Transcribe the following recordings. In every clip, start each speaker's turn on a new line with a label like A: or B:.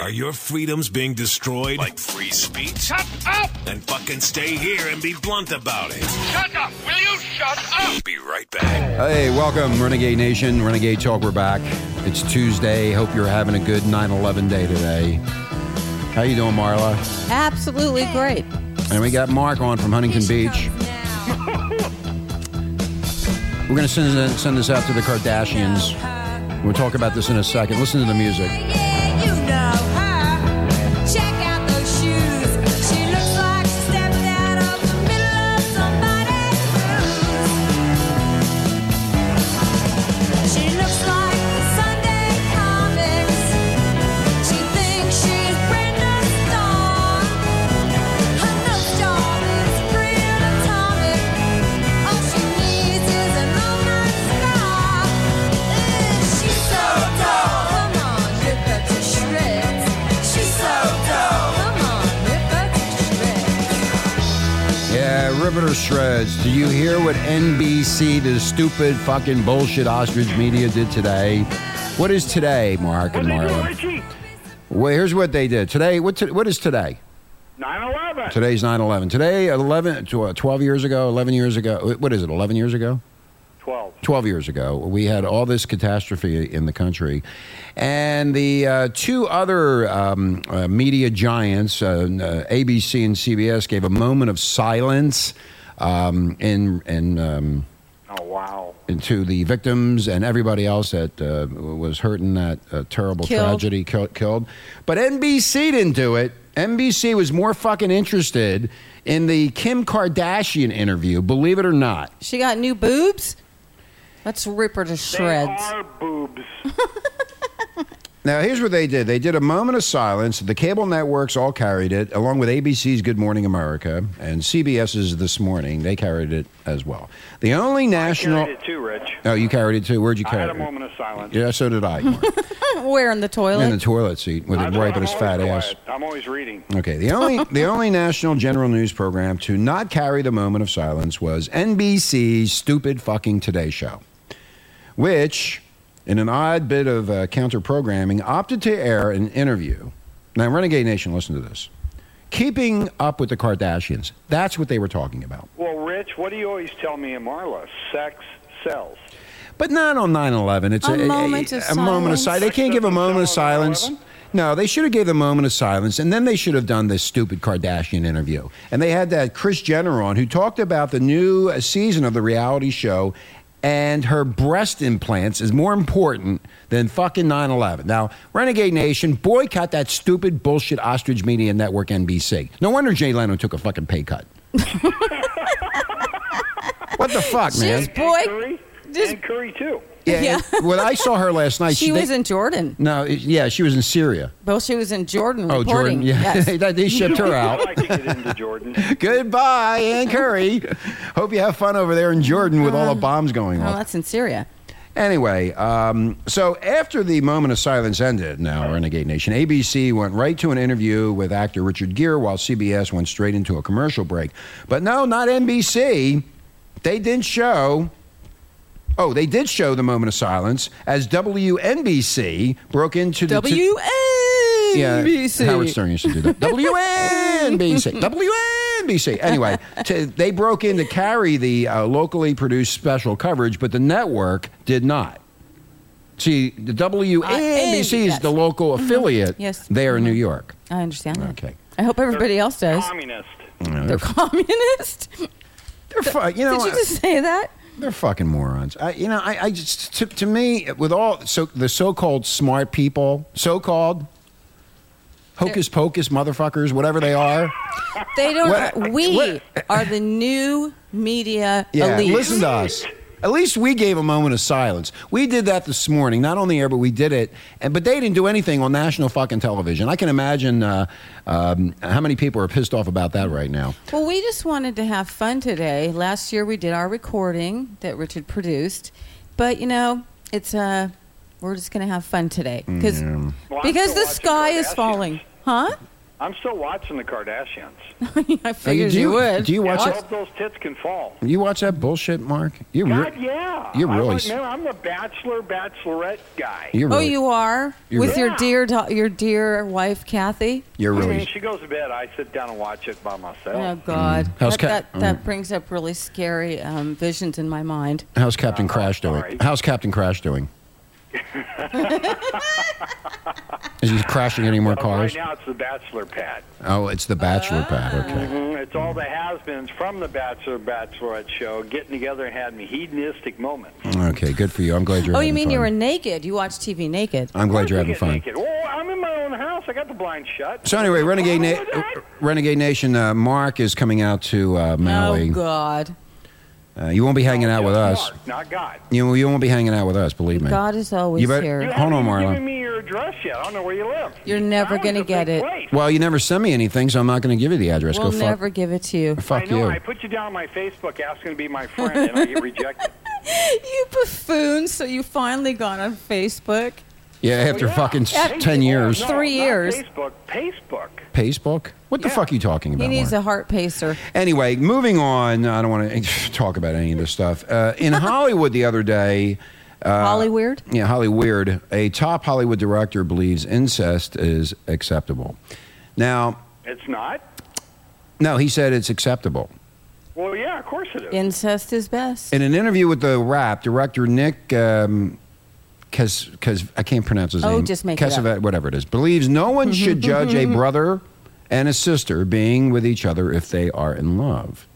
A: Are your freedoms being destroyed? Like free speech? Shut up! Then fucking stay here and be blunt about it. Shut up! Will you shut up? Be right back.
B: Hey, welcome, Renegade Nation, Renegade Talk. We're back. It's Tuesday. Hope you're having a good 9/11 day today. How you doing, Marla?
C: Absolutely great.
B: And we got Mark on from Huntington Beach. We're gonna send this- send this out to the Kardashians. We'll talk about this in a second. Listen to the music. Yeah, Riveter Shreds. Do you hear what NBC, the stupid fucking bullshit ostrich media, did today? What is today, Mark and Marla? Well, here's what they did today. What to, what is today?
D: 9-11.
B: Today's 9/11. Today, 11, tw- 12 years ago, 11 years ago. uh, What is it? 11 years ago?
D: 12.
B: 12 years ago, we had all this catastrophe in the country. And the uh, two other um, uh, media giants, uh, n- uh, ABC and CBS, gave a moment of silence um, in, in, um,
D: Oh, wow.
B: into the victims and everybody else that uh, was hurt in that uh, terrible
C: Killed.
B: tragedy, kill, killed. But NBC didn't do it. NBC was more fucking interested in the Kim Kardashian interview, believe it or not.
C: She got new boobs? Let's rip her to shreds.
D: They are boobs.
B: Now, here's what they did. They did a moment of silence. The cable networks all carried it, along with ABC's Good Morning America and CBS's This Morning. They carried it as well. The only
D: I
B: national.
D: did it too, Rich.
B: Oh, you carried it too. Where'd you
D: I had
B: carry
D: a
B: it?
D: moment of silence.
B: Yeah, so did I. Mark.
C: Where in the toilet?
B: In the toilet seat with it
D: I'm-
B: right at
D: I'm
B: his
D: always
B: fat
D: quiet.
B: ass.
D: I'm always reading.
B: Okay, the only the only national general news program to not carry the moment of silence was NBC's stupid fucking Today Show, which, in an odd bit of uh, counter programming, opted to air an interview. Now, Renegade Nation, listen to this. Keeping up with the Kardashians. That's what they were talking about.
D: Well, Rich, what do you always tell me and Marla? Sex sells.
B: But not on 9 11. It's
C: A
B: a,
C: moment of
B: a moment of
C: silence.
B: silence. They can't give a moment of silence.
D: 9/11?
B: No, they should have gave a moment of silence, and then they should have done this stupid Kardashian interview. And they had that Chris Jenner on, who talked about the new uh, season of the reality show, and her breast implants is more important than fucking 9/11. Now, Renegade Nation, boycott that stupid bullshit ostrich media network NBC. No wonder Jay Leno took a fucking pay cut. what the fuck, man?
C: She's boy.
D: Curry?
C: Just-
D: and Curry, too.
B: Yeah. and when I saw her last night,
C: She
B: they-
C: was in Jordan.
B: No, it- yeah, she was in Syria.
C: Well, she was in Jordan
B: Oh, Jordan.
C: reporting.
B: Yeah,
C: Yes.
B: they, they shipped her
D: I
B: out.
D: like to get into Jordan.
B: Goodbye, Ann Curry. Hope you have fun over there in Jordan with all the bombs going
C: Oh,
B: off.
C: that's in Syria.
B: Anyway, um, so after the moment of silence ended, now Renegade Nation, ABC went right to an interview with actor Richard Gere, while CBS went straight into a commercial break. But no, not NBC. They didn't show. Oh, they did show the moment of silence as WNBC broke into the.
C: WNBC.
B: Yeah, Howard Stern used to do that. WNBC. WNBC. Anyway, to, they broke in to carry the uh, locally produced special coverage, but the network did not. See, the WNBC is
C: Uh, yes. Mm-hmm.
B: the local affiliate
C: Yes.
B: there in New York.
C: I understand that.
B: Okay.
C: I hope everybody else does.
D: Communist.
C: They're communist.
B: They're fu- you know,
C: Did
B: I-
C: you just say that?
B: They're fucking morons. I, you know, I, I just to, to me with all so the so-called smart people, so-called hocus pocus motherfuckers, whatever they are.
C: They don't.
B: What-
C: we
B: what-
C: are the new media
B: Yeah,
C: elite.
B: listen to us. At least we gave a moment of silence. We did that this morning, not on the air, but we did it. And but they didn't do anything on national fucking television. I can imagine uh, um, how many people are pissed off about that right now.
C: Well, we just wanted to have fun today. Last year we did our recording that Richard produced, but you know, it's uh we're just going to have fun today cuz
D: Well, I'm
B: Mm,
C: because
D: still
C: the
D: watching
C: sky is
D: Kardashians.
C: falling, huh?
D: I'm still watching the Kardashians.
C: I figured
B: do
C: you,
B: you-
C: would.
B: do you watch
D: I
B: it?
D: hope those tits can fall.
B: You watch that bullshit, Mark? You're re-
D: God, yeah.
B: You're
D: I
B: really
D: like-
B: s-
D: man, I'm the bachelor, bachelorette guy.
B: You're
C: Oh,
B: really,
C: you are
B: You're
C: with
D: right.
C: your
D: Yeah.
C: dear da- your dear wife Kathy.
B: You're
D: I
B: really.
D: mean, she goes to bed. I sit down and watch it by myself.
C: Oh God,
B: How's mm.
C: that,
B: Ca-
C: that, that brings up really scary um, visions in my mind.
B: How's Captain
D: Oh,
B: Crash doing?
D: sorry.
B: How's Captain Crash doing? Is he crashing any more
D: But
B: cars?
D: Right now, it's the bachelor pad.
B: Oh, it's the Bachelor pad. Okay. Mm-hmm.
D: hmm It's all the has-beens from the Bachelor Bachelorette show getting together and having hedonistic moments.
B: Okay. Good for you. I'm glad you're.
C: Uh. Oh, you
B: having
C: mean you
B: fun.
C: were naked? You watched TV naked?
B: I'm glad you're
D: I
B: having
D: get
B: fun.
D: naked. Oh, I'm in my own house. I got the blind shut.
B: So anyway, Renegade,
D: Oh,
B: Na-
D: that-
B: Renegade Nation, uh, Mark is coming out to uh,
C: Oh
B: Maui.
C: God,
B: uh, you won't be hanging out with us.
D: Mark, not God.
B: You, you won't be hanging out with us. Believe me.
C: God is always
B: You bet-
D: You
C: here.
B: Hold on,
D: haven't even
B: Marla.
D: given me your address yet. I don't know where you live.
C: You're never
D: Maui is
C: gonna
D: a
C: get it.
D: big place.
B: Well, you never send me anything, so I'm not going to give you the address.
C: we'll
B: Go
C: never give it to you.
B: fuck.
D: I
B: Fuck
D: know.
B: you.
D: I put you down on my Facebook asking to be my friend, and I get rejected.
C: You buffoon! So you finally got on Facebook?
B: yeah, after
D: Oh, yeah.
B: fucking s-
D: Hey,
B: ten
D: oh,
B: years.
D: no,
C: Three
D: not
C: years.
D: Facebook. Facebook.
B: Facebook. What the
D: Yeah.
B: fuck are you talking about?
C: He needs
B: Mark?
C: a heart pacer.
B: Anyway, moving on. I don't want to talk about any of this stuff. Uh, in Hollywood the other day, Uh,
C: Hollyweird.
B: yeah, Holly Weird, a top Hollywood director believes incest is acceptable. Now,
D: It's not.
B: no, he said it's acceptable.
D: Well, yeah, of course it is.
C: Incest is best.
B: In an interview with the rap, director Nick, um, cause, I can't pronounce his
C: Oh,
B: name.
C: just make it up.
B: Cassavet- whatever it is, believes no one should judge a brother and a sister being with each other if they are in love.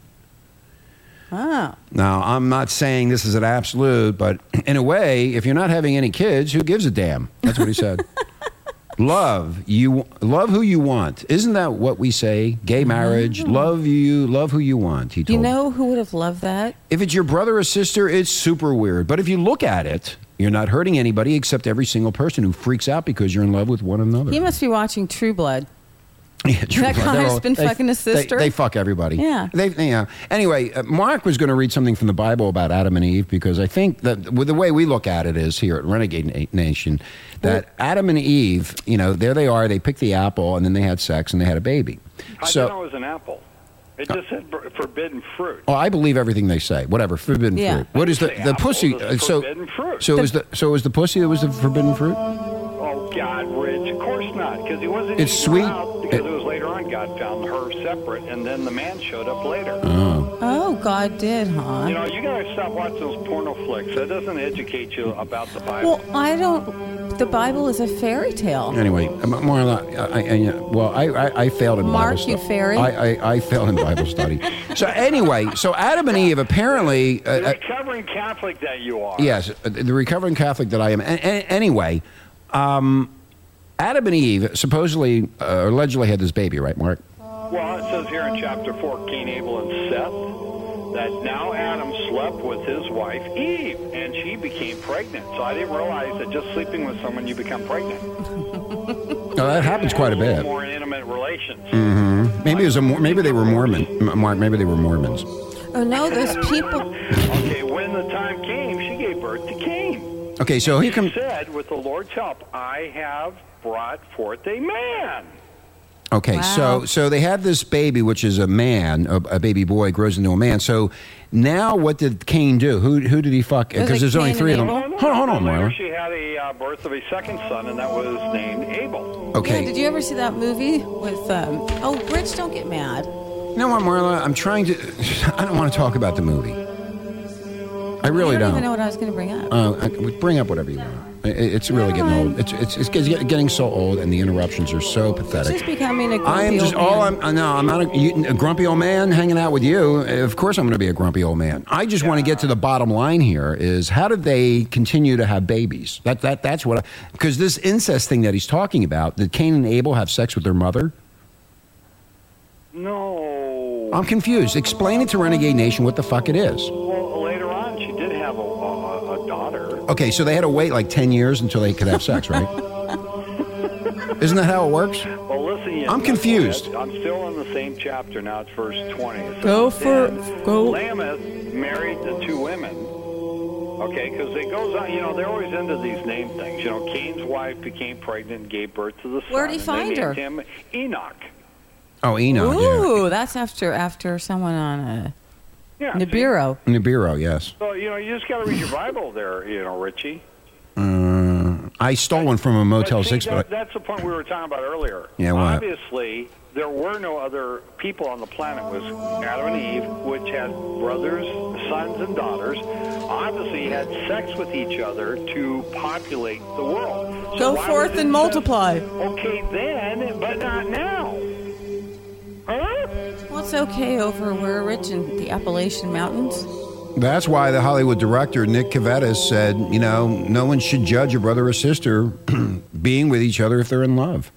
C: Oh,
B: Now, I'm not saying this is an absolute, but in a way, if you're not having any kids, who gives a damn? That's what he said. love you love who you want. Isn't that what we say? Gay marriage, love you, love who you want. He told
C: Mm-hmm. you know who would have loved that?
B: if it's your brother or sister, it's super weird. But if you look at it, you're not hurting anybody except every single person who freaks out because you're in love with one another.
C: He must be watching True Blood.
B: Yeah, true.
C: That
B: They're
C: guy's
B: all-
C: been fucking his
B: they-
C: sister.
B: They, fuck everybody.
C: Yeah.
B: They, yeah. Anyway, uh, Mark was going to read something from the Bible about Adam and Eve because I think that with the way we look at it is here at Renegade Na- Nation that Adam and Eve, you know, there they are. They picked the apple and then they had sex and they had a baby.
D: I didn't know
B: so.
D: it was an apple. It just said br- forbidden fruit.
B: Oh, I believe everything they say. Whatever, forbidden
C: Yeah.
B: fruit. What is the
D: Say
B: the
D: apple,
B: pussy?
D: this
B: uh,
D: is
B: so,
D: forbidden fruit.
B: so it was the so it was the pussy that was the forbidden fruit?
D: Oh God, Rich! Of course not, because he wasn't.
B: It's
D: eating her
B: sweet.
D: out because
B: It-
D: it, was later on God found her separate, and then the man showed up later.
B: Uh-huh.
C: Oh, God did,
D: You
C: huh?
D: know, you gotta stop watching those porno flicks. That doesn't educate you about the Bible.
C: Well, I don't. The Bible is a fairy tale.
B: Anyway, um, Marla, I, I, I- well, I, I, I failed in
C: Mark,
B: Bible
C: you
B: study.
C: fairy.
B: I, I, I failed in Bible study. So anyway, so Adam and Eve apparently, uh,
D: The
B: uh,
D: recovering Catholic that you are.
B: yes, uh, the recovering Catholic that I am. A- a- anyway, um, Adam and Eve supposedly, uh, allegedly had this baby, right, Mark?
D: Well, it says here in chapter 14, Abel and Seth, that now Adam slept with his wife Eve, and she became pregnant. So I didn't realize that just sleeping with someone, you become pregnant.
B: No, that happens quite a
D: It's
B: bit. Hmm.
D: More intimate relations.
B: Maybe it was a, Mor- maybe they were Mormon, M- Mark. Maybe they were Mormons.
C: Oh, no, those people.
D: Okay, when the time came, she gave birth to Cain.
B: Okay, so here
D: She
B: comes.
D: said, with the Lord's help, I have brought forth a man.
B: Okay, so
C: Wow.
B: so they have this baby, which is a man, a, a baby boy grows into a man. So now, what did Cain do? Who who did he fuck?
C: Was
B: Because
C: it
B: there's only
C: Cain
B: three of
C: and
B: them.
C: Abel?
B: Hold on, hold on,
D: Later,
B: Marla.
D: she had a uh, birth of a second son, and that was named Abel.
C: Yeah, did
B: Okay,
C: you ever see that movie with. Um, oh, Rich, don't get mad.
B: no, Marla, I'm trying to. I don't want to talk about the movie. I really
C: I don't
B: don't.
C: even know what I was going to bring up.
B: Uh, I- bring up whatever you want. It- It's really
C: Never
B: getting
C: mind.
B: old. It's it's it's getting so old, and the interruptions are so pathetic.
C: Just becoming a
B: I am
C: grumpy
B: just
C: old
B: all
C: man.
B: I'm. uh, No, I'm not a, you, a grumpy old man hanging out with you. Of course, I'm going to be a grumpy old man. I just want to get to the bottom line here: is how did they continue to have babies? That that that's what. Because this incest thing that he's talking about, did Cain and Abel have sex with their mother?
D: No.
B: I'm confused. Explain it to Renegade Nation what the fuck it is.
D: Well, later on, she did have a, a, a daughter.
B: Okay, so they had to wait like ten years until they could have sex, right? Isn't that how it works?
D: Well, listen, you
B: I'm confused.
D: knucklehead, I'm still on the same chapter now. It's verse 20. It
C: Go
D: says,
C: for-
D: "Then
C: go-
D: Lamech married the two women Okay, because it goes on. You know, they're always into these name things. You know, Cain's wife became pregnant and gave birth to the son.
C: Where'd he
D: and they
C: find
D: named
C: her?
D: Him Enoch.
B: Oh, Enoch.
C: Ooh, that's after after someone on a
D: Yeah. see?
C: Nibiru.
B: Yeah. Nibiru, yes.
D: So you know, you just got to read your Bible there. You know, Richie.
B: Uh, I stole one from a Motel
D: see,
B: 6, but
D: that- that's the point we were talking about earlier.
B: Yeah, what?
D: Obviously, there were no other people on the planet. It was Adam and Eve, which had brothers, sons, and daughters. Obviously, had sex with each other to populate the world.
C: Go
D: So why
C: forth
D: was
C: and
D: it said-
C: multiply.
D: Okay, then, but not now. Huh?
C: Well, it's okay over where rich in the Appalachian Mountains.
B: That's why the Hollywood director Nick Cavetta said, you know, no one should judge a brother or sister being with each other if they're in love.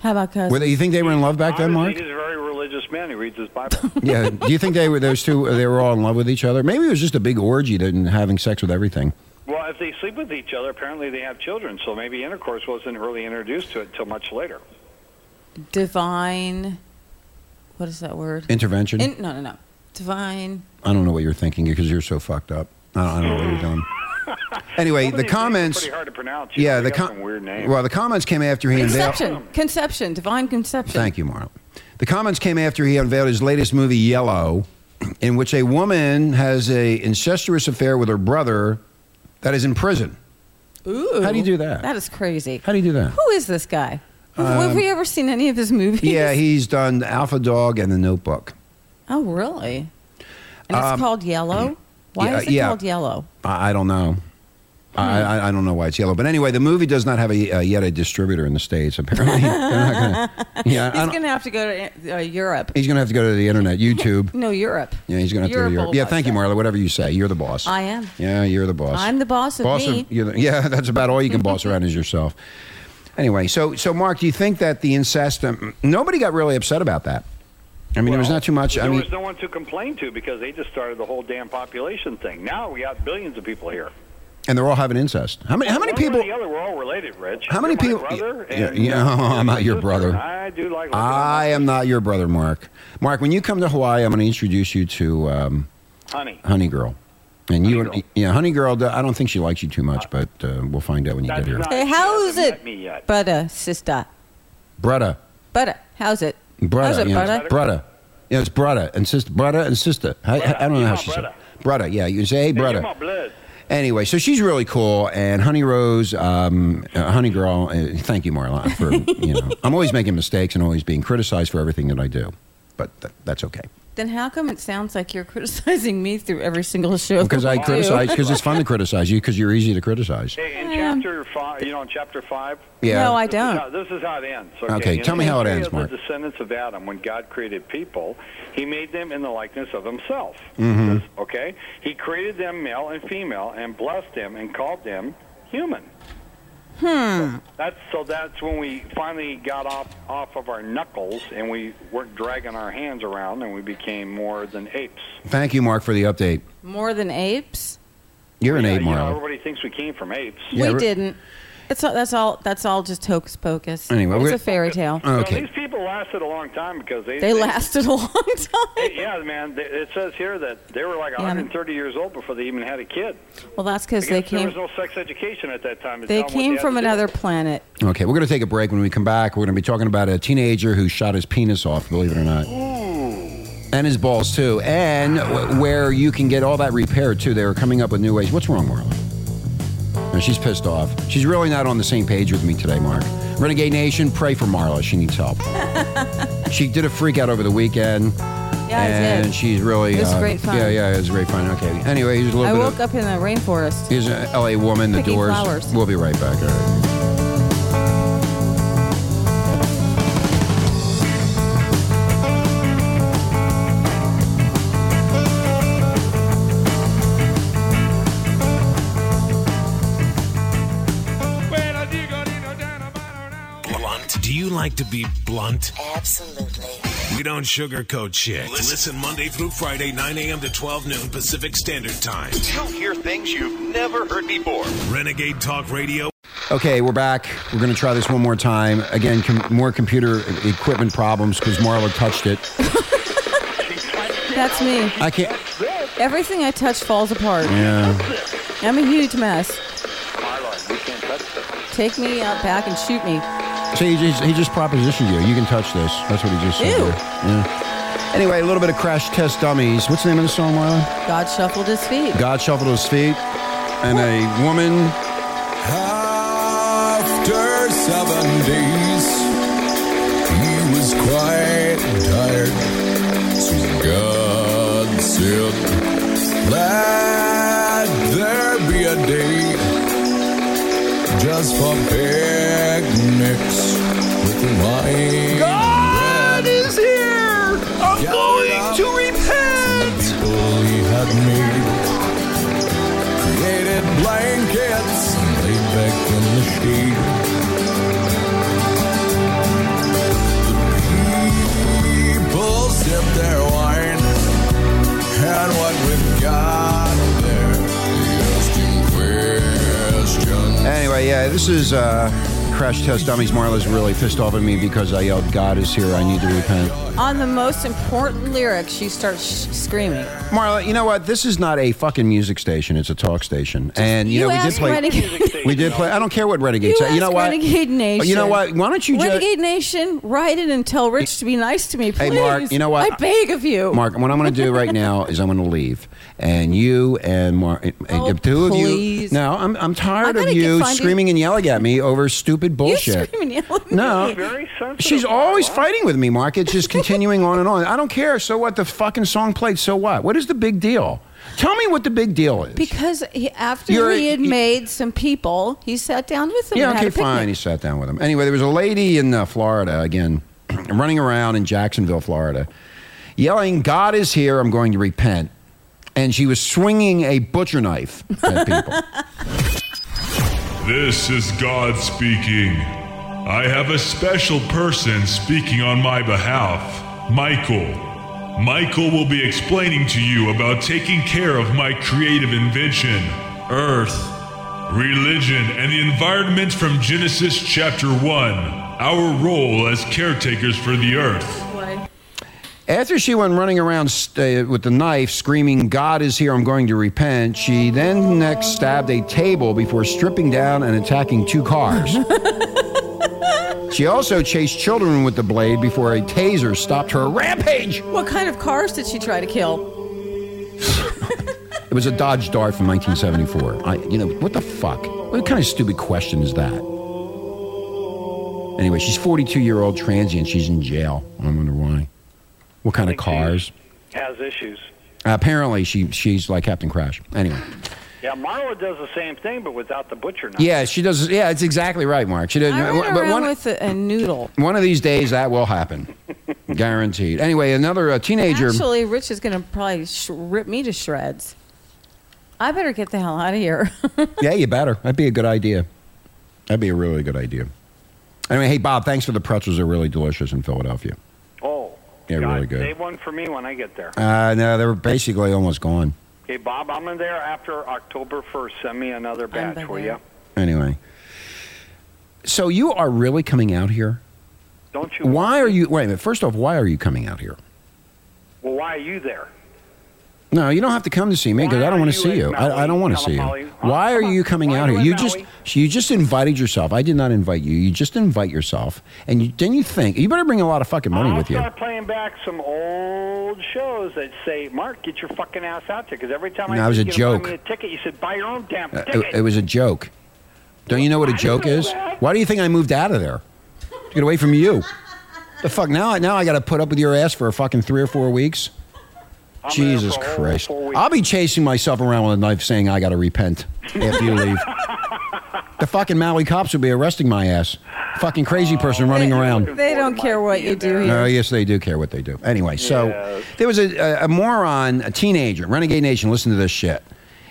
C: How about cousins?
B: Were they, you think they were in love back then,
D: Obviously,
B: Mark?
D: He's a very religious man. He reads his Bible.
B: Yeah. Do you think they were those two? They were all in love with each other. Maybe it was just a big orgy and having sex with everything.
D: well, if they sleep with each other, apparently they have children. So maybe intercourse wasn't really introduced to it until much later.
C: Divine. What is that word?
B: Intervention.
C: In, no, no, no. Divine.
B: I don't know what you're thinking because you're so fucked up. I don't, I don't know what you're doing. Anyway,
D: Some of
B: the
D: these names are
B: comments.
D: Pretty hard to pronounce. You
B: Yeah,
D: know,
B: the
D: they got some weird
B: com-
D: name.
B: well, the comments came after he unveiled.
C: Conception. Conception. Divine conception.
B: Thank you, Marlon. The comments came after he unveiled his latest movie, Yellow, in which a woman has a incestuous affair with her brother that is in prison.
C: Ooh.
B: How do you do that?
C: That is crazy.
B: How do you do that?
C: Who is this guy? Have, have we ever seen any of his movies?
B: Um, Yeah, he's done Alpha Dog and The Notebook.
C: Oh, really? And it's
B: Um,
C: called Yellow? Why
B: yeah,
C: is it
B: yeah.
C: called Yellow?
B: I, I don't know. I, I, I don't know why it's yellow, but anyway, the movie does not have a uh, yet a distributor in the states. Apparently, They're not gonna- yeah, I
C: He's
B: don't-
C: going to have to go to uh, Europe.
B: he's gonna have to go to the internet, YouTube.
C: No, Europe.
B: Yeah, he's gonna have to go to
C: Europe will
B: Europe. Yeah,
C: watch
B: thank you,
C: that.
B: Marla. Whatever you say, you're the boss.
C: I am.
B: yeah, you're the boss.
C: I'm the boss of
B: boss
C: me.
B: Of, you're the- yeah, that's about all you can boss around is yourself. Anyway, so so Mark, do you think that the incest? Um, nobody got really upset about that. I mean, there was
D: Well,
B: not too much.
D: There
B: I mean,
D: was no one to complain to because they just started the whole damn population thing. Now we got billions of people here.
B: and they're all having incest. How many? How many
D: One way or
B: people?
D: The other, we're all related, Rich.
B: How many
D: You're
B: people-
D: My brother
B: Yeah,
D: and,
B: yeah,
D: uh,
B: I'm
D: you're
B: not
D: my
B: your
D: sister,
B: brother.
D: and I do like. looking
B: I
D: at
B: am not your brother, Mark. Mark, when you come to Hawaii, I'm going to introduce you to um,
D: my honey.
B: Honey Girl. And you,
D: Honey Girl.
B: yeah, Honey Girl. do- I don't think she likes you too much, but uh, we'll find out when you
D: That's
B: get here.
D: not.
C: Hey,
D: she
C: how is
D: hasn't
C: it?
D: met Me yet?
C: Butter, uh, sister.
B: Brutta,
C: Butter. How's it? How's
B: Brutta,
C: it,
B: yeah,
C: butter?
B: it's Brutta. Yeah, it's Brutta and sister. Brutta and sister. I, I- I don't know
D: Brutta.
B: how
D: Yeah,
B: she said. it. Brutta, yeah. You say, hey,
D: Hey, you're
B: Brutta.
D: my blood.
B: Anyway, so she's really cool, and Honey Rose, um, uh, Honey Girl. Uh, thank you, Marla, for you know. I'm always making mistakes and always being criticized for everything that I do, but th- that's okay.
C: Then how come it sounds like you're criticizing me through every single show?
B: because I
C: that we do?
B: criticize because it's fun to criticize you because you're easy to criticize.
D: Hey, in
C: Um,
D: chapter five, you know, in chapter five.
B: Oh, Yeah.
C: No, I
D: This is
C: don't.
D: how- This is how it ends.
B: Okay,
D: In
B: tell me
D: the
B: how it
D: history
B: ends,
D: of
B: Mark.
D: The descendants of Adam, when God created people, He made them in the likeness of Himself.
B: Mm-hmm.
D: Says, Okay, He created them male and female, and blessed them and called them human. Hmm.
C: Hmm.
D: That's so. That's when we finally got off off of our knuckles, and we weren't dragging our hands around, and we became more than apes.
B: Thank you, Mark, for the update.
C: More than apes?
B: You're an
D: Yeah,
B: ape,
D: you know,
B: Marla.
D: everybody thinks we came from apes.
B: Yeah,
C: we
B: we're-
C: didn't. That's all, that's all. That's all. Just hocus pocus.
B: Anyway,
C: it's
B: we're-
C: a fairy tale.
B: Uh, Okay.
D: So these people lasted a long time because they
C: they lasted a long time.
D: Yeah, man. th- It says here that they were like
C: Yeah.
D: 130 years old before they even had a kid.
C: Well, that's
D: I
C: because they
D: guess there was
C: came.
D: no sex education at that time. to
C: They
D: tell 'em what
C: came
D: had
C: from
D: to do.
C: another planet.
B: Okay, we're going to take a break. When we come back, we're going to be talking about a teenager who shot his penis off, believe it or not. And his balls, too. And w- where you can get all that repaired, too. They were coming up with new ways. What's wrong, Marla? No, she's pissed off. She's really not on the same page with me today, Mark. Renegade Nation, pray for Marla. She needs help. she did a freak out over the weekend.
C: Yeah, I
B: and
C: did.
B: she's really.
C: It was
B: uh,
C: great fun.
B: Yeah, yeah, it was great fun. Okay. Anyway, he's a
C: I
B: little bit.
C: woke
B: of,
C: up in the rainforest.
B: He's an LA woman. The
C: Picking
B: doors.
C: flowers.
B: We'll be right back. All right.
A: Blunt. Do you like to be blunt?
E: Absolutely.
A: We don't sugarcoat shit. Listen Monday through Friday, 9 a.m. to 12 noon Pacific Standard Time.
F: You'll hear things you've never heard before.
A: Renegade Talk Radio.
B: Okay, we're back. We're going to try this one more time. Again, com- more computer equipment problems because Marla touched it.
C: That's me.
B: I can't.
C: Everything I touch falls apart.
B: Yeah.
C: I'm a huge mess.
D: My lord, we can't touch this.
C: Take me out back and shoot me.
B: So he just, he just propositioned you. You can touch this. That's what he just said.
C: Ew.
B: there. Yeah. Anyway, a little bit of Crash Test Dummies. What's the name of the song, Marlon?
C: God shuffled his feet.
B: God shuffled his feet, and a woman.
E: After seven days, he was quite tired. So God said, Let there be a day just for picnics with wine. God is here! I'm going to repent! People he had made created blankets and laid back in the shade. The people sipped their wine, and what we've got there, they asked him questions.
B: Anyway, yeah, this is uh, Crash Test Dummies. Marla's really pissed off at me because I yelled, God is here, I need to repent.
C: On the most important lyric, she starts sh- screaming.
B: Marla, you know what? This is not a fucking music station, it's a talk station. And, you, know, we did
C: asked
B: play.
C: Renegade.
B: We did play. I don't care what Renegade
C: You
B: said. You know
C: asked
B: what? Oh,
C: Renegade Nation.
B: You know what? Why don't you just.
C: Renegade Nation, write it and tell Rich to be nice to me, please.
B: Hey, Mark, you know what?
C: I beg of you.
B: Mark, what I'm going to do right now is I'm going to leave, and you and Mark, and
C: Oh,
B: the two
C: please.
B: of you. No, I'm I'm tired
C: I
B: of
C: gotta
B: you
C: get- find it.
B: screaming and yelling at me over stupid
C: You
B: bullshit.
C: screaming, yelling.
B: No,
D: Very sensitive.
B: she's always
D: Marla.
B: fighting with me, Mark. It's just continuing on and on. I don't care. So what? The fucking song played. So what? What is the big deal? Tell me what the big deal is.
C: Because he, after
B: You're-
C: he had
B: you-
C: made some people, he sat down with them.
B: Yeah,
C: and
B: okay,
C: had a picnic.
B: fine. He sat down with him. Anyway, there was a lady in uh, Florida, again, running around in Jacksonville, Florida, yelling, God is here, I'm going to repent. And she was swinging a butcher knife at people.
G: This is God speaking. I have a special person speaking on my behalf, Michael. Michael will be explaining to you about taking care of my creative invention, Earth, religion, and the environment from Genesis chapter 1, our role as caretakers for the Earth.
B: After she went running around st- uh, with the knife, screaming, God is here, I'm going to repent, she then next stabbed a table before stripping down and attacking two cars. she also chased children with the blade before a taser stopped her rampage.
C: What kind of cars did she try to kill?
B: It was a Dodge Dart from 1974. I, you know, what the fuck? What kind of stupid question is that? Anyway, she's 42 year old transient. She's in jail. I wonder why. What kind of
D: Think she-
B: cars?
D: Has issues.
B: apparently, she she's like Captain Crash. Anyway,
D: Yeah, Marla does the same thing, but without the butcher knife.
B: yeah, she does. Yeah, it's exactly right, Mark. She doesn't.
C: I ran
B: but
C: around
B: Uh, one,
C: with a, a noodle.
B: one of these days, that will happen, guaranteed. Anyway, another uh, teenager.
C: Actually, Rich is going to probably sh- rip me to shreds. I better get the hell out of here.
B: Yeah, you better. That'd be a good idea. That'd be a really good idea. Anyway, hey Bob, thanks for the pretzels. They're really delicious in Philadelphia.
D: Oh.
B: Yeah,
D: God,
B: really good.
D: Save one for me when I get there.
B: Uh, no, they were basically almost gone.
D: Okay, Bob, I'm in there after October 1st. Send me another batch, will
C: there.
D: you?
B: Anyway, so you are really coming out here?
D: Don't you?
B: Why are you? Wait a minute. First off, why are you coming out here?
D: Well, why are you there?
B: No, you don't have to come to see me because
D: Why
B: I don't
D: are
B: want to
D: you
B: see
D: in
B: you. I, I don't want to see you.
D: Maui?
B: Why are you coming
D: Why
B: out
D: are
B: here?
D: you
B: You
D: in
B: just
D: Maui?
B: you just invited yourself. I did not invite you. You just invite yourself, and you, then you think you better bring a lot of fucking money
D: I'll
B: with you.
D: start playing back some old shows that say, "Mark, get your fucking ass out there," because every time
B: No,
D: I
B: it was
D: said,
B: a
D: "You gonna
B: joke.
D: buy me a ticket, you said, "Buy your own damn
B: Uh,
D: ticket."
B: It, it was a joke. Don't you know what a
D: I
B: joke
D: know
B: is?
D: that.
B: Why do you think I moved out of there? To get away from you. The fuck now? I- Now I got to put up with your ass for a fucking three or four weeks.
D: I'm there
B: Jesus
D: for a whole
B: Christ!
D: four weeks.
B: I'll be chasing myself around with a knife, saying I got to repent after you leave. the fucking Maui cops will be arresting my ass. Fucking crazy
D: Oh,
B: person running around.
C: they don't care what you do here.
B: Oh, yes, they do care what they do. Anyway, so there was a, a, a moron, a teenager, Renegade Nation, listen to this shit.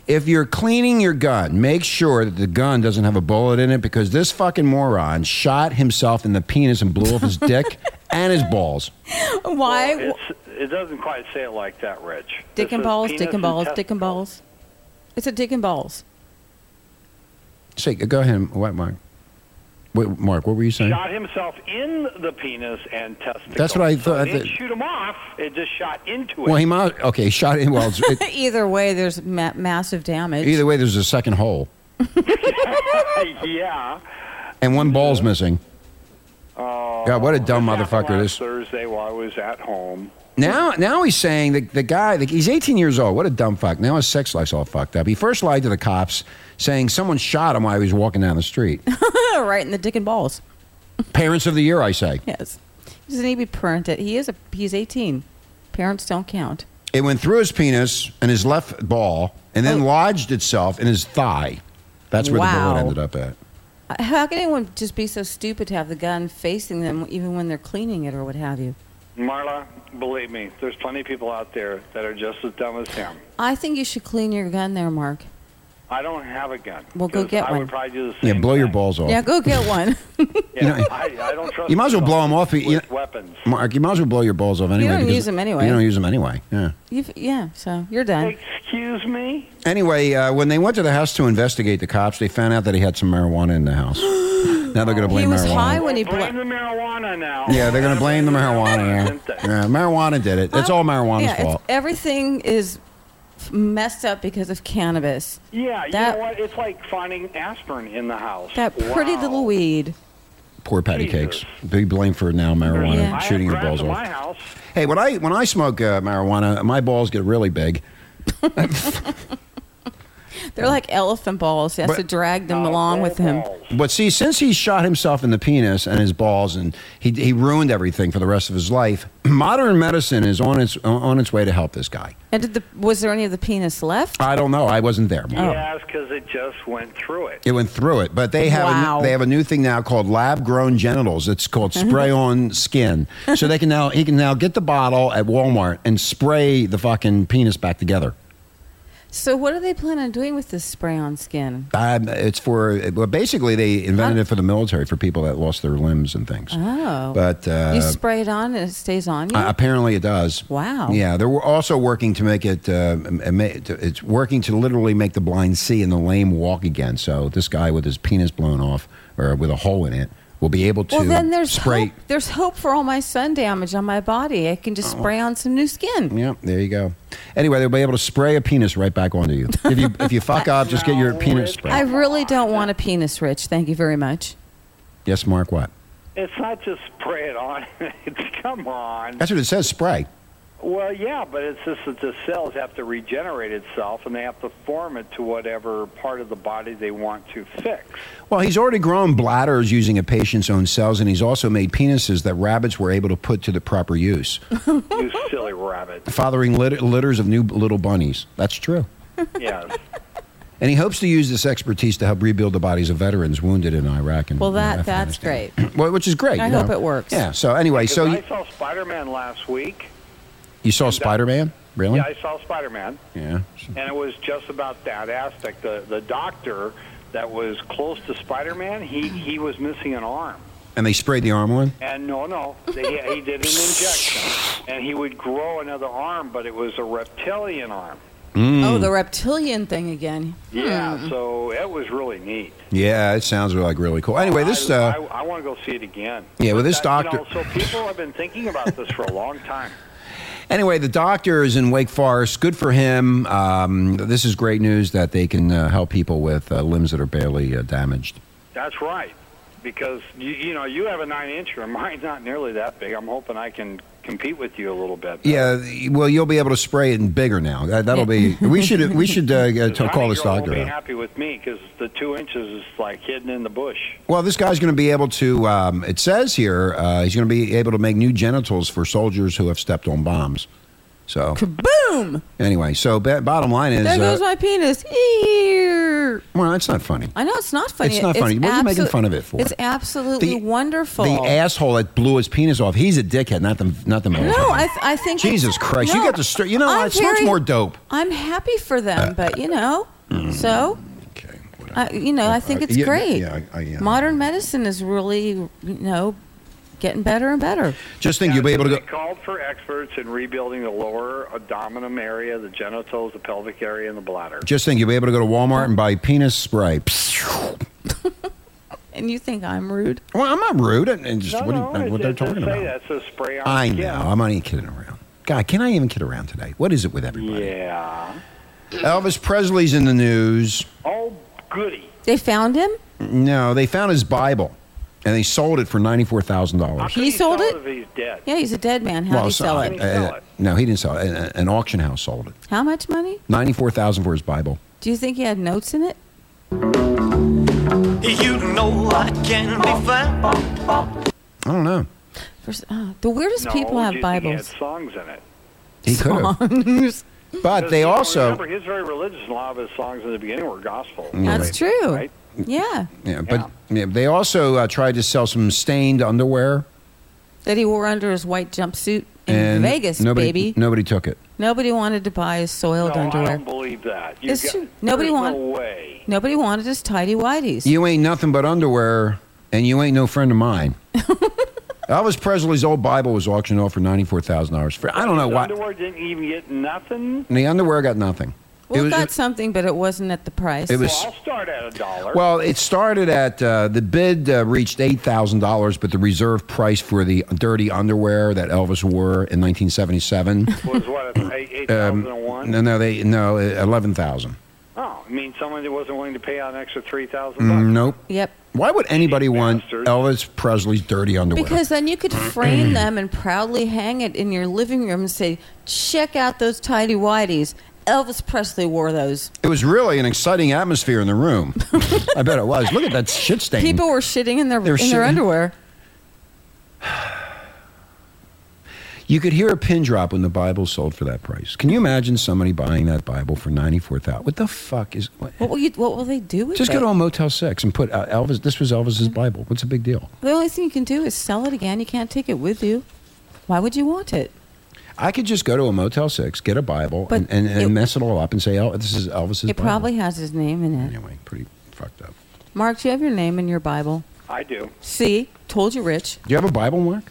B: If you're cleaning your gun, make sure that the gun doesn't have a bullet in it because this fucking moron shot himself in the penis and blew off his dick and his balls.
C: Why?
D: It's, it doesn't quite say it like that, Rich.
C: Dick
D: This
C: and
D: is
C: balls,
D: penis
C: dick and balls, dick and
D: testicles.
C: balls. It's a dick and balls.
B: Say, go ahead. What, Mark? Wait, Mark, what were you saying?
D: Shot himself in the penis and testicle.
B: That's what I
D: So
B: thought-
D: it
B: I
D: didn't
B: thought-
D: shoot him off. It just shot into it.
B: Well, he might. Okay, he shot in. Well, it's, it,
C: Either way, there's ma- massive damage.
B: either way, there's a second hole,
D: yeah.
B: and one ball's missing.
D: Uh,
B: God, what a dumb
D: this happened
B: motherfucker
D: last
B: this-
D: Thursday while I was at home.
B: Now, now he's saying that the guy, like, he's 18 years old. What a dumb fuck. Now his sex life's all fucked up. He first lied to the cops, saying someone shot him while he was walking down the street.
C: right in the dick and balls.
B: Parents of the year, I say.
C: Yes. Doesn't he be parented? He is a he's 18. Parents don't count.
B: It went through his penis and his left ball, and then lodged itself in his thigh. That's where the
C: Oh. Wow.
B: bullet ended up at.
C: Uh, How can anyone just be so stupid to have the gun facing them, even when they're cleaning it or what have you?
D: Marla, believe me, there's plenty of people out there that are just as dumb as him.
C: I think you should clean your gun there, Mark.
D: I don't have a gun.
C: Well, go
D: 'cause
C: get
D: I
C: one.
D: would probably do the same
B: Yeah, blow your
D: thing.
B: balls off.
C: Yeah, go get one.
D: Yeah,
B: You know-
D: I, I don't trust
B: You might as well blow 'em off, you-
D: With weapons.
B: Mark, you might as well blow your balls off anyway.
C: don't
B: because
C: use 'em anyway.
B: You don't use them anyway. Yeah.
C: You've, yeah, so you're done.
D: Excuse me?
B: Anyway, uh, when they went to the house to investigate the cops, they found out that he had some marijuana in the house. now they're going to blame
C: He was
B: marijuana.
C: high when he blew.
D: Blame the marijuana now.
B: Yeah, they're going to blame the marijuana.
D: Didn't
B: Yeah.
D: they?
B: Yeah, marijuana did it. It's all marijuana's
C: yeah, it's-
B: fault.
C: everything is f- messed up because of cannabis.
D: Yeah, you
C: That-
D: know what? It's like finding aspirin in the house.
C: That pretty
D: Wow.
C: little weed.
B: Poor patty cakes.
D: Jesus.
B: Be blamed for now marijuana
C: Yeah. I
B: shooting
D: I
B: your
D: have
B: balls
D: grass in
B: off.
D: my house.
B: Hey, when I when I smoke uh, marijuana, my balls get really big.
C: They're like elephant balls. He has
B: But-
C: to drag them
D: Uh,
C: along
D: ball
C: with him.
D: balls.
B: But see, since he shot himself in the penis and his balls, and he he ruined everything for the rest of his life, modern medicine is on its on its way to help this guy.
C: And did the, was there any of the penis left?
B: I don't know. I wasn't there.
C: Oh.
D: Yes, because it just went through it.
B: It went through it, but they have
C: Wow.
B: a, they have a new thing now called lab grown genitals. It's called spray on skin, so they can now he can now get the bottle at Walmart and spray the fucking penis back together.
C: So what do they plan on doing with this spray-on skin?
B: Um, it's for well, basically they invented it for the military for people that lost their limbs and things.
C: Oh,
B: But
C: you
B: uh,
C: spray it on and it stays on you.
B: uh, apparently it does.
C: wow.
B: Yeah, they're also working to make it. Uh, m- m- it's working to literally make the blind see and the lame walk again. So this guy with his penis blown off or with a hole in it will be able to
C: Well, then there's
B: spray.
C: hope. There's hope for all my sun damage on my body. I can just
B: Oh.
C: spray on some new skin.
B: Yeah, there you go. Anyway, they'll be able to spray a penis right back onto you. If you if you fuck up, just get your penis sprayed.
C: I really don't want a penis, Rich. Thank you very much.
B: yes, Mark. What?
D: It's not just spray it on. it's come on.
B: That's what it says. Spray.
D: Well, yeah, but it's just that the cells have to regenerate itself, and they have to form it to whatever part of the body they want to fix.
B: Well, he's already grown bladders using a patient's own cells, and he's also made penises that rabbits were able to put to the proper use,
D: You silly rabbit.
B: fathering lit- litters of new little bunnies. That's true.
D: Yes.
B: And he hopes to use this expertise to help rebuild the bodies of veterans wounded in Iraq and
C: Well, that
B: and
C: that's
B: Afghanistan.
C: great.
B: Well, which is great.
C: I
B: you
C: hope
B: know.
C: it works.
B: Yeah. So anyway, so
D: Because
B: you,
D: I saw Spider Man last week.
B: you saw Spider-Man, really?
D: Yeah, I saw Spider Man,
B: yeah.
D: and it was just about that aspect. The the doctor that was close to Spider Man, he he was missing an arm.
B: And they sprayed the arm on.
D: And no, no, they, he did an injection, and he would grow another arm, but it was a reptilian arm.
C: Oh, the reptilian thing again.
D: Yeah,
B: Hmm.
D: so it was really neat.
B: Yeah, it sounds like really cool. Anyway, this. Uh,
D: Oh, I, I, want to go see it again.
B: Yeah, well, this
D: That-
B: doctor-
D: You know, so people have been thinking about this for a long time.
B: Anyway, the doctor is in Wake Forest. Good for him. Um, this is great news that they can uh, help people with uh, limbs that are barely uh, damaged.
D: That's right, because you, you know you have a nine incher, and mine's not nearly that big. I'm hoping I can compete with you a little bit.
B: Yeah, well, you'll be able to spray it in bigger now. That, that'll be. We should we should uh, get-
D: The
B: call
D: tiny
B: this
D: girl won't
B: doctor.
D: Be
B: Out.
D: happy with me because the two inches is like hidden in the bush.
B: Well, this guy's going to be able to. Um, it says here uh, he's going to be able to make new genitals for soldiers who have stepped on bombs. So
C: Kaboom!
B: anyway, so ba- bottom line is,
C: There goes
B: uh,
C: my penis. Ear.
B: well, that's not funny.
C: I know it's not funny.
B: It's not funny. What are you making
C: absolute-
B: fun of it for?
C: It's absolutely
B: The-
C: wonderful.
B: The asshole that blew his penis off. He's a dickhead, not the not the military.
C: no, I, th- I think
B: Jesus Christ, you
C: No,
B: got the straight. You know
C: I'm
B: what? It's much
C: very-
B: more Uh, dope.
C: I'm happy for them, but you know, so
B: Okay.
C: I, you know, I think it's
B: Uh, Yeah,
C: great.
B: yeah, I- I- yeah.
C: Modern medicine is really, you know, getting better and better.
B: Just think you'll be able to
D: They
B: go.
D: called for experts in rebuilding the lower abdominum area, the genitals, the pelvic area, and the bladder.
B: Just think you'll be able to go to Walmart and buy penis spray.
C: and you think I'm rude.
B: Well, I'm not rude. And, and just
D: No,
B: what, do you-
D: no,
B: what
D: it-
B: they're
D: it just
B: talking
D: say
B: about.
D: That's a spray on
B: I
D: skin.
B: know. I'm not even kidding around. God, can I even kid around today? What is it with everybody?
D: Yeah.
B: Elvis Presley's in the news.
D: Oh, goody.
C: They found him.
B: No, they found his Bible, and they sold it for ninety four thousand
D: How
B: dollars.
D: could
C: He sold
D: sell
C: it?
D: If he's dead.
C: Yeah, he's a dead man. How would he sell it?
D: Did he sell it?
B: uh, no, he didn't sell it. An, an auction house sold it.
C: How much money?
B: Ninety four thousand for his Bible.
C: Do you think he had notes in it?
H: You know I can be found.
B: I don't know.
C: For, s- oh, the weirdest
D: No,
C: people have
D: did He had
C: Bibles.
D: songs in it.
B: He could have,
C: Songs.
B: but
D: Because,
B: they
D: you know,
B: also.
D: remember, he was very religious, and a lot of his songs in the beginning were gospel.
B: Yeah,
C: That's true.
D: Right?
C: Yeah,
B: Yeah, but yeah, they also uh, tried to sell some stained underwear.
C: that he wore under his white jumpsuit in
B: And
C: Vegas,
B: nobody,
C: baby.
B: Nobody took it.
C: Nobody wanted to buy his soiled
D: no, I
C: underwear.
D: don't believe that. You
C: It's
D: got-
C: true. Nobody
D: there's
C: want-
D: No way.
C: Nobody wanted his tidy whities.
B: You ain't nothing but underwear, and you ain't no friend of mine. Elvis Presley's old Bible was auctioned off for ninety four thousand dollars. For I don't know
D: His
B: why.
D: Underwear didn't even get nothing.
B: The underwear got nothing.
C: well,
B: it
C: it
B: was-
C: got something, but it wasn't at the price.
B: It was-
D: Well, I'll start at a dollar.
B: Well, it started at uh, the bid uh, reached eight thousand dollars, but the reserve price for the dirty underwear that Elvis wore in 1977.
D: was what eight eight
B: um,
D: thousand and one.
B: no, no, they no eleven thousand.
D: Oh, I mean someone that wasn't willing to pay out an extra three thousand
B: Mm,
D: bucks.
B: nope.
C: Yep.
B: Why would anybody want
D: Bastards.
B: Elvis Presley's dirty underwear?
C: Because then you could frame them and proudly hang it in your living room and say, check out those tidy whities. Elvis Presley wore those.
B: it was really an exciting atmosphere in the room. I bet it was. Look at that shit stain.
C: People were shitting in their,
B: They were
C: in their
B: shitting.
C: underwear.
B: you could hear a pin drop when the Bible sold for that price. Can you imagine somebody buying that Bible for ninety four thousand? What the fuck is? What,
C: What will, you, what will they do with
B: Just
C: it?
B: go to a Motel Six and put uh, Elvis. This was Elvis's Bible. What's a big deal?
C: the only thing you can do is sell it again. You can't take it with you. Why would you want it?
B: I could just go to a Motel Six, get a Bible,
C: But
B: and, and, and
C: it-
B: mess it all up and say, "Oh, this is Elvis's."
C: it
B: Bible.
C: probably has his name in it.
B: anyway. Pretty fucked up.
C: Mark, do you have your name in your Bible?
D: I do.
C: See, told you, Rich.
B: Do you have a Bible, Mark?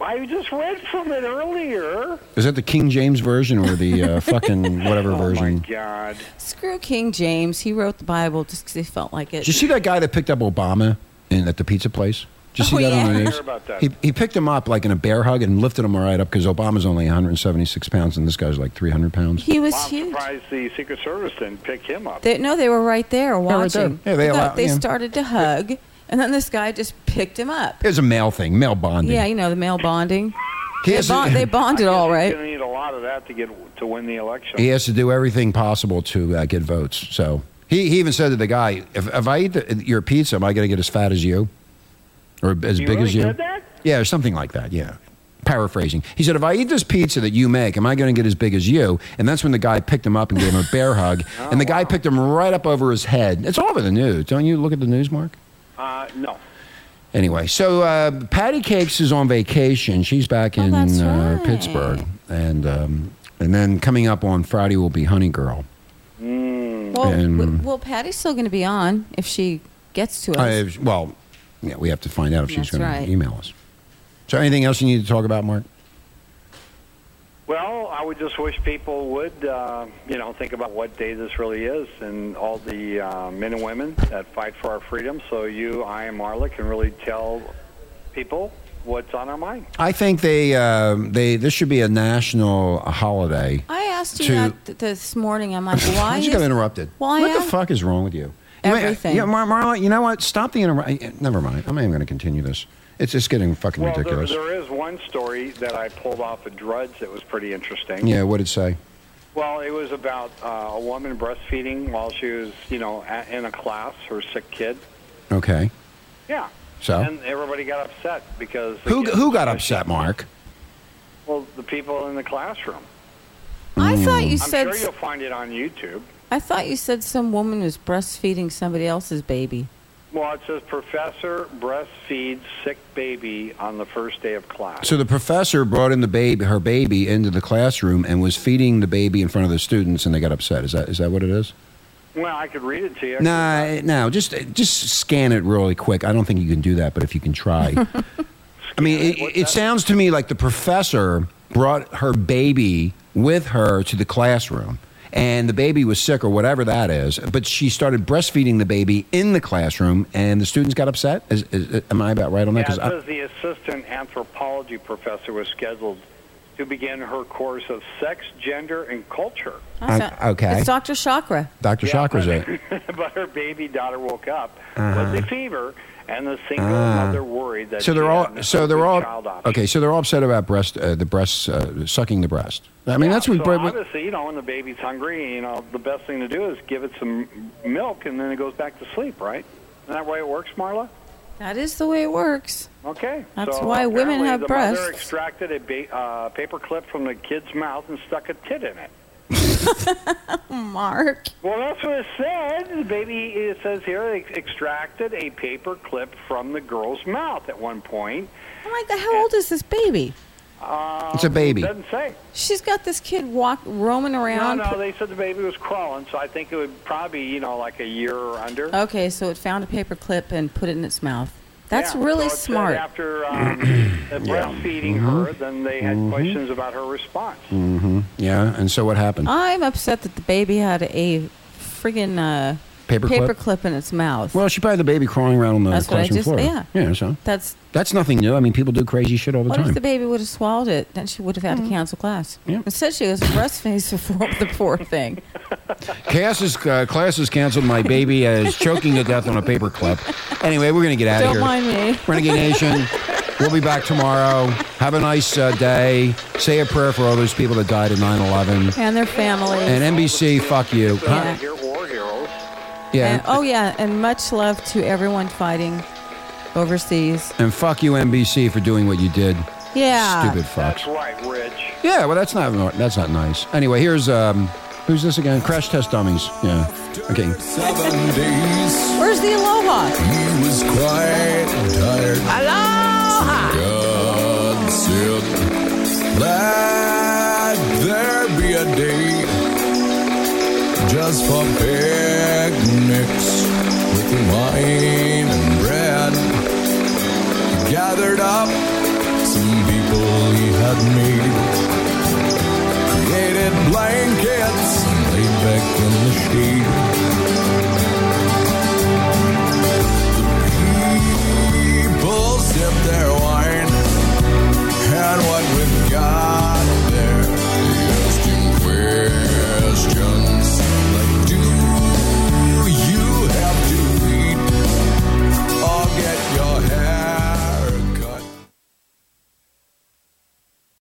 D: I just read from it earlier.
B: Is that the King James version or the uh, fucking whatever
D: Oh
B: version?
D: my God!
C: Screw King James. He wrote the Bible just 'cause he felt like it.
B: Did you see that guy that picked up Obama in at the pizza place? Did you see
C: Oh,
B: that on the
C: yeah.
B: news?
D: Hear about that.
B: He, he picked him up like in a bear hug and lifted him right up because Obama's only 176 pounds and this guy's like 300 pounds.
C: He was
D: Well, I'm
C: huge.
D: surprised the Secret Service didn't pick him up.
C: They, no, they were right there
B: right
C: watching.
B: there. Yeah, they
C: Look,
B: allow-
C: they
B: yeah.
C: started to hug, and then this guy just picked him up.
B: It was a male thing, male bonding.
C: Yeah, you know the male bonding.
B: he,
C: They,
B: has
C: bond,
B: to,
C: they bonded all right.
D: Going to need a lot of that to get to win the election.
B: he has to do everything possible to uh, get votes. So he, he even said to the guy, if, if I eat the, your pizza, am I going to get as fat as you? Or as
D: You
B: big
D: really
B: as you?
D: said that?
B: Yeah, or something like that. Yeah. Paraphrasing. He said, If I eat this pizza that you make, am I going to get as big as you? And that's when the guy picked him up and gave him a bear hug. and the guy picked him right up over his head. It's all over the news. Don't you look at the news, Mark?
D: Uh, no.
B: Anyway, so uh, Patty Cakes is on vacation. She's back
C: Oh,
B: in
C: that's
B: uh,
C: right.
B: Pittsburgh. And, um, and then coming up on Friday will be Honey Girl.
D: Mm.
C: Well,
B: And-
C: w- well, Patty's still going to be on if she gets to us.
B: Uh, if- well, yeah, we have to find out if she's
C: That's
B: going
C: right.
B: to email us. So, anything else you need to talk about, Mark?
D: Well, I would just wish people would, uh, you know, think about what day this really is, and all the uh, men and women that fight for our freedom. So you, I, and Marla can really tell people what's on our mind.
B: I think they uh, they this should be a national holiday.
C: I asked you
B: to-
C: that th- this morning. I'm like, why?
B: Why'd
C: is,
B: you got interrupted?
C: Why
B: what the
C: am-
B: fuck is wrong with you?
C: Everything.
B: Yeah, Mar- Marla, you know what? Stop the interrupt. Never mind. I'm not even going to continue this. It's just getting fucking
D: Well, there,
B: ridiculous.
D: there is one story that I pulled off a Drudge that was pretty interesting.
B: Yeah, what did it say?
D: Well, it was about uh, a woman breastfeeding while she was, you know, at, in a class, her sick kid.
B: Okay.
D: Yeah.
B: So?
D: And everybody got upset because
B: Oh. Who
D: again,
B: who got
D: because
B: upset,
D: she-
B: Mark?
D: Well, the people in the classroom.
C: I thought you
D: I'm
C: said.
D: sure you'll find it on YouTube.
C: I thought you said some woman was breastfeeding somebody else's baby.
D: Well, it says professor breastfeeds sick baby on the first day of class.
B: So the professor brought in the baby, her baby, into the classroom and was feeding the baby in front of the students, and they got upset. Is that is that what it is?
D: well, I could read it to you.
B: Nah, eh, no. Just just scan it really quick. I don't think you can do that, but if you can try. I mean, it,
D: What's
B: it
D: that?
B: sounds to me like the professor brought her baby with her to the classroom and the baby was sick or whatever that is. But she started breastfeeding the baby in the classroom, and the students got upset. Is, is, am I about right on that?
D: As
B: 'Cause I-
D: was the assistant anthropology professor was scheduled to begin her course of sex, gender, and culture.
B: I'm- okay.
C: It's Dr. Chakra.
B: Dr.
D: Yeah,
B: Chakra's
D: but-
B: it.
D: but her baby daughter woke up with a fever, and the single
B: Ah.
D: mother worried that
B: So
D: she
B: they're
D: had
B: all
D: no
B: so they're
D: child
B: all
D: option.
B: okay. So they're all upset about breast uh, the breast uh, sucking the breast. I mean
D: Yeah,
B: that's what.
D: so
B: bre-
D: obviously you know when the baby's hungry, you know the best thing to do is give it some milk, and then it goes back to sleep, right? Isn't that way it works, Marla?
C: That is the way it works.
D: Okay.
C: That's
D: so
C: why women
D: apparently
C: have
D: the
C: breasts.
D: mother extracted a ba- uh, paper clip from the kid's mouth and stuck a tit in it.
C: Mark.
D: Well, that's what it said. The baby, it says here, they extracted a paper clip from the girl's mouth at one point.
C: I'm like, how old is this baby?
D: Um,
B: It's a baby.
D: Doesn't say.
C: She's got this kid walk roaming
D: No,
C: around.
D: no, they said the baby was crawling, so I think it would probably, you know, like a year or under.
C: Okay, so it found a paper clip and put it in its mouth. That's
D: Yeah,
C: really
D: so it said
C: smart.
D: After um, breastfeeding her, then they had questions about her response.
B: hmm Yeah, and so what happened?
C: I'm upset that the baby had a friggin' uh,
B: Paper
C: paper
B: clip.
C: clip in its mouth.
B: Well, she probably had the baby crawling around on the
C: That's what I
B: classroom
C: just-
B: floor.
C: yeah.
B: yeah. So
C: That's
B: that's nothing new. I mean, people do crazy shit all the
C: what
B: time.
C: if the baby would have swallowed it? Then she would have had to cancel class.
B: Yeah.
C: Instead, she was breastfeeding the poor, the poor thing.
B: Chaos is, uh, class is canceled. My baby is choking to death on a paper clip. Anyway, we're going to get out of
C: Don't
B: here.
C: mind me.
B: Renegade Nation, we'll be back tomorrow. Have a nice uh, day. Say a prayer for all those people that died in 9 11.
C: And their family.
B: And NBC, fuck you.
D: So
B: Huh?
D: here, war heroes.
C: And-
B: Yeah.
C: oh, yeah. And much love to everyone fighting overseas.
B: And fuck you, NBC, for doing what you did.
C: Yeah.
B: Stupid
D: That's
B: fucks.
D: right, Rich.
B: Yeah, well, that's not that's not nice. Anyway, here's um, who's this again? Crash Test Dummies. Yeah. Okay.
E: Seven days,
C: Where's the aloha?
E: he was quite tired.
C: Aloha!
E: God said, Let there be a day just for picnics with wine and bread. He gathered up some people he had made, created blankets, and laid back in the shade.